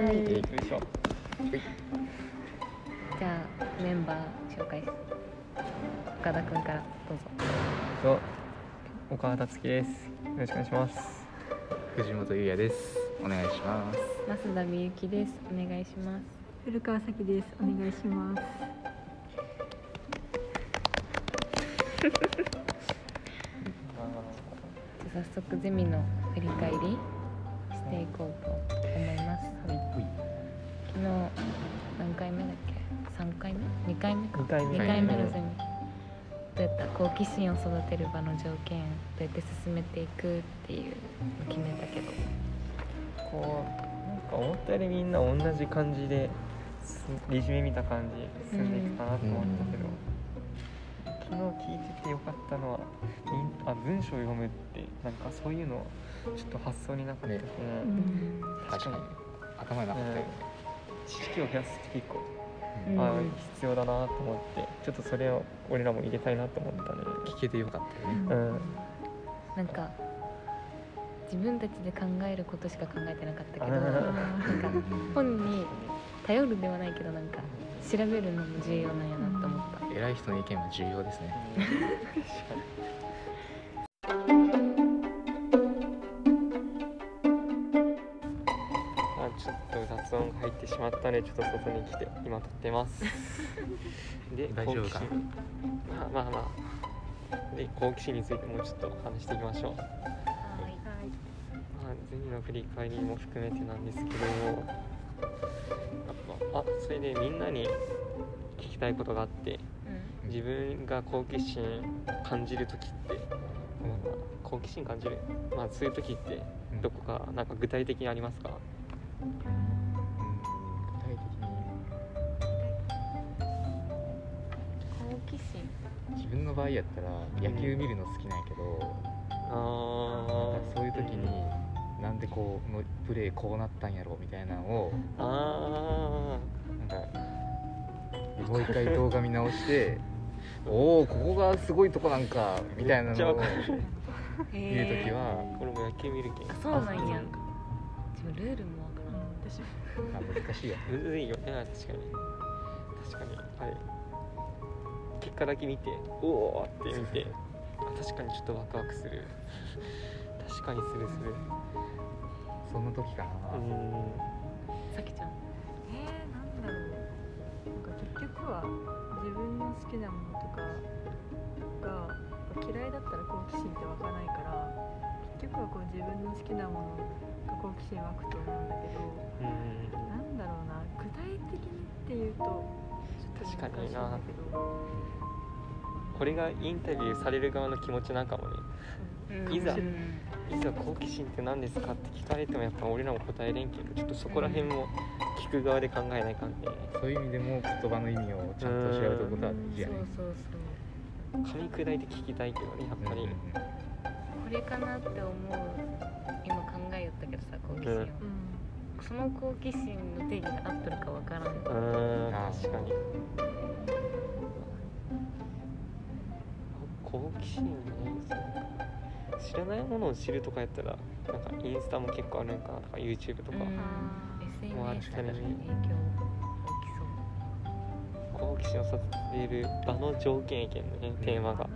しょうじゃあメンバー紹介岡田君からどうぞと岡田月ですよろしくお願いします藤本優也ですお願いします増田美幸ですお願いします古川咲ですお願いしますじゃあ早速ゼミの振り返りしていこうと思います昨日何回目だっけ3回目2回目か2回目2回目のゼミどうやった好奇心を育てる場の条件どうやって進めていくっていうの決めたけどこうなんか思ったよりみんな同じ感じですリジュメ見た感じ進んでいくかなと思ったけど、昨日聞いててよかったのはみんあ文章を読むってなんかそういうのちょっと発想になかったけど、ねうん確かに頭になかったよね、知識を増やすって結構、うんあ必要だなと思ってちょっとそれを俺らも入れたいなと思ったね聞けてよかったよね、うんなんか自分たちで考えることしか考えてなかったけどあーなあんか本に頼るではないけどなんか調べるのも重要なんやなと思った偉い人の意見も重要ですねあちょっと雑音が入ってしまったのでちょっと外に来て今撮って ますで大丈夫か好奇心まあまあまあで好奇心についてもうちょっと話していきましょう、まはいあ、銭の振り返りも含めてなんですけどああそれでみんなに聞きたいことがあって自分が好奇心感じる時って、まあ好奇心感じる、まあ、そういう時ってうんどこかなんか具体的にありますか、うん具体好奇心的に自分の場合やったら野球見るの好きなんやけど、あーそういう時になんでこうのプレーこうなったんやろみたいなのをあなんかもう一回動画見 直しておおここがすごいとこなんかみたいなのめをっちゃわか見る時ははあ俺も野球見るけんあそうなんやあ自分ルールもわからん私もあ難しいよむずいよね確かに確かにあれ結果だけ見ておおーって見てあ確かにちょっとワクワクする確かにするするそんな時かな、うーんさきちゃんえー、なんだろうなんか結局は自分の好きなものとかが嫌いだったら好奇心って湧かないから結局はこう自分の好きなものが好奇心湧くと思うんだけどうーんなんだろうな具体的にっていうとちょっと難しいんだけどこれがインタビューされる側の気持ちなんかもねうんいざかもしれないいざ好奇心って何ですかって聞かれてもやっぱ俺らも答えれんけどちょっとそこら辺も聞く側で考えないかんねそういう意味でも言葉の意味をちゃんと調べることはできそるようねそうそう噛み砕いて聞きたいけどねやっぱり、うんうんこれかなって思う今考えよったけどさ好奇心を、うんうんその好奇心の定義が合ってるかわからんうーんあー確かに好奇心ね知らないものを知るとかやったらなんかインスタも結構あるんかなとか YouTube とうか、んあ SNS とかに確かに影響大きそう好奇心を育てる場の条件やけんねテーマが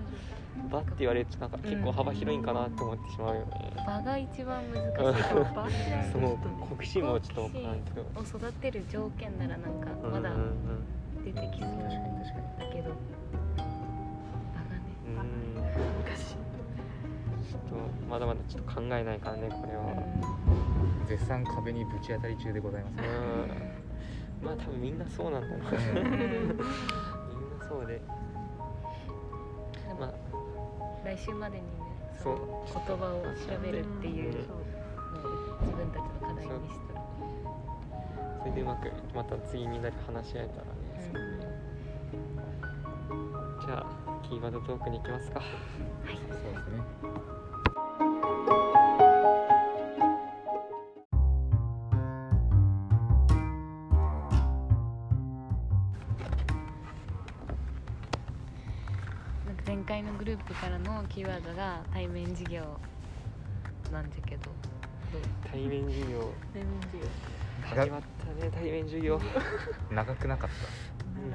場って言われるとなんか結構幅広いんかなって思ってしまうよね、場が一番難しいかも場うんそう好奇心もちょっとわからんけどを育てる条件ならなんかまだうんうん出てきそう確かに確かだけど場がねうんうん難しいちょっとまだまだちょっと考えないからねこれは、に絶賛壁にぶち当たり中でございますねうんまあ多分みんなそうなんだなみんうんうんなそうででまあも来週までにねそうその言葉を調べるっていううんのを自分たちの課題にしたらそれでうまくまた次みんなで話し合えたらね、うじゃあキーワードトークに行きますかそうですねなんか前回のグループからのキーワードが対面授業なんだけどどう対面授業レモン汁が始まったね対面授業長くなかっ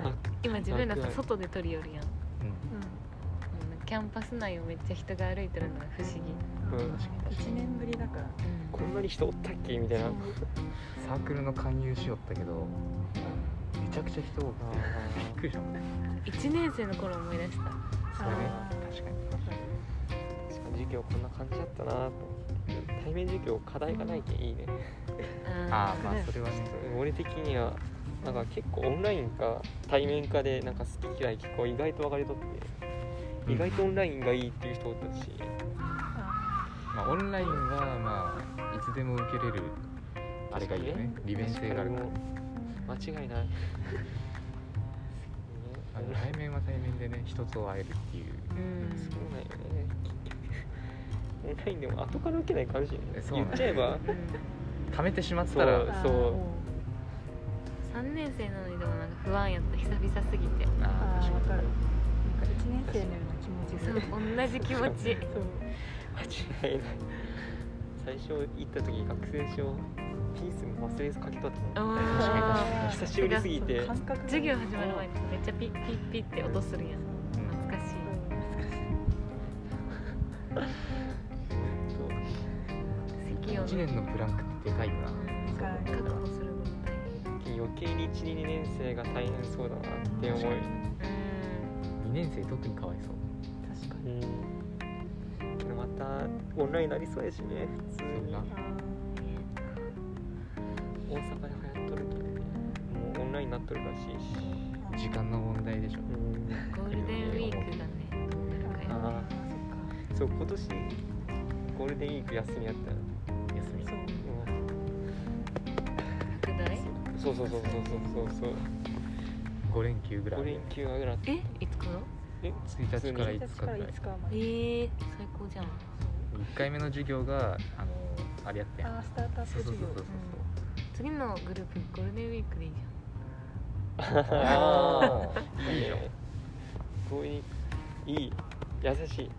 なんか今自分らさうん外で撮りよるやんた、うん、うんキャンパス内をめっちゃ人が歩いてるのが不思議、うんうん一年ぶりだからこんなに人おったっけみたいなそうサークルの勧誘しよったけどめちゃくちゃ人多くてびっくりしたもんね1年生の頃思い出したそうねあー確かに確かに授業こんな感じだったなと思って対面授業課題がないけんいいねあああまあそれはね俺的にはなんか結構オンラインか対面かでなんか好き嫌い結構意外と分かれとって意外とオンラインがいいっていう人おったしあまあ、オンラインはまあいつでも受けれるあれがいいよね利便性が あるから間違いないあの対面は対面でね人と会えるっていううんそうなんよねオンラインでも後から受けない感じね言っちゃえば貯めてしまっそたらうーそう3年生なのにでもなんか不安やった久々すぎてああーーわ確かかるになんか一年生のような気持ちそう同じ気持 ちそう間違いない最初行った時学生証ピースも忘れず書き取ったもんあー確かに久しぶりすぎて感覚が授業始まる前にめっちゃピッピッピッって音するやん懐かしい席を1年のブランクってでかいなうん確保するのも大余計に12年生が大変そうだなって思い変2年生特にかわいそう確かうにんこれまたオンラインなりそうやしね普通そうにな大阪で流行っとるけどねもうオンラインになっとるらしいし時間の問題でしょうんゴールデンウィークがねどうなるかやあそう今年ゴールデンウィーク休みやったよ休みそっかそう拡大そうそうそうそうそうそうそう5連休ぐらい5連休はぐらいえいつから1日から5日ぐらいいつからまえでー、最高じゃん1回目の授業があのあれやってんあースタートアッそプうそうそ授う業そう次のグループゴールデンウィークでいいじそうあああいいねこういういい優しい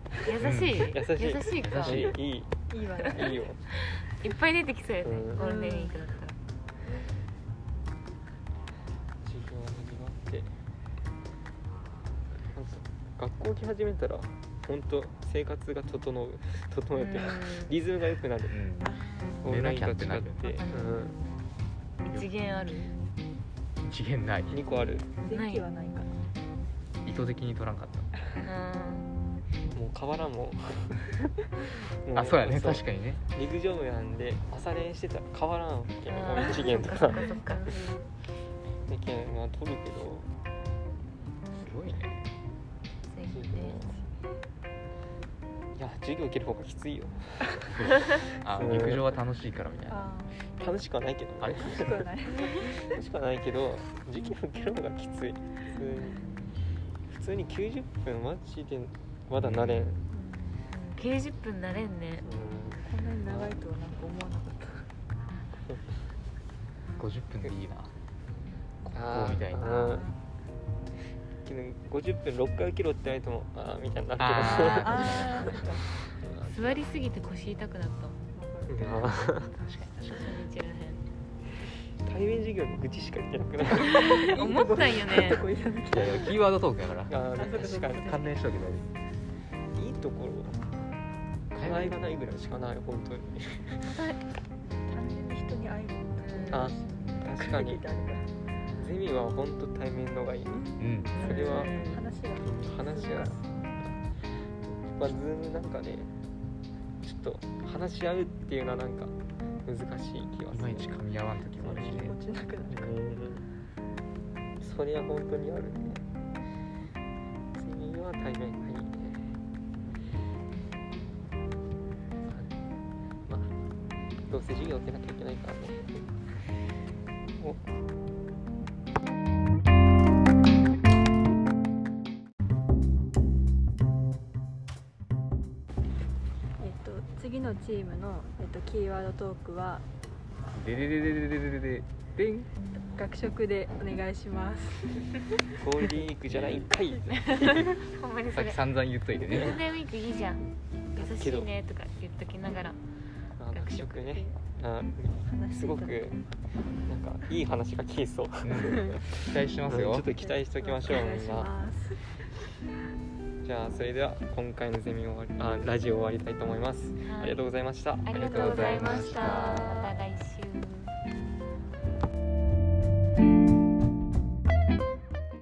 ゃん優しい、うん優しい優しいか優しいいいいいわねいいよいっぱい出てきそうやね、うんゴールデンウィークだったら授業始まってなんか学校来始めたら本当生活が整 う整えてリズムが良くなるうん寝なきゃってなオるンラインと違ってうん一元ある一元ないうん、2個ある電気はないかな意図的に取らんかっうんもう河原 ももたあそうやね確かにね陸上部なんで朝練してたら変わらんわけよあー1限とそかっかそっかでけんまあ取るけどすごいねそうや授ね業いや授業受ける方がきついよあ陸上は楽しいからみたいなあ楽しくはないけど、ね、あれーそうだね楽しくはないけど授業受ける方がきつい普通に普通に90分マジでまだなれん、うん90分なれんねこんなに長いとはなんか思わなかった50分でいいなこあーこみたいなうんけど50分6回受けろって言われてもああみたいになるあーああそっか座りすぎて腰痛くなったもんけどうん初日ら 対面授業の愚痴しか言ってな くないへん思ったんよねこういうのいやいやキーワードトークやからあーあ確そうかかに関連しとけばいいいいところ課題がないぐらいしかない本当に単純に人に会えるあ 確かに聞いてあるからゼミは本当対面のがいいうんそれはうん話が話がまあズームなんかねちょっと話し合うっていうのはなんか難しい気がいすまるいち噛み合わん時もあるしね落ちなくなるうんそれは本当にあるねゼミは対面がいいねまあどうせ授業受けなきゃいけないからねおえっと次のチームのえっとキーワードトークはででででででででででん学食でお願いします。ゴールデンウィークじゃないんかいほんまにそさっれき散々言っといてゴーねルデンウィークいいじゃん優しいねとか言っときながらあ確学食っていうあ話すごくなんかいい話が聞いそううん期待してますちょよっと期待しておきましょうお願いみんしなますじゃあそれでは今回のゼミを終わりあラジオを終わりたいと思います、ありがとうございましたありがとうございました。また来週。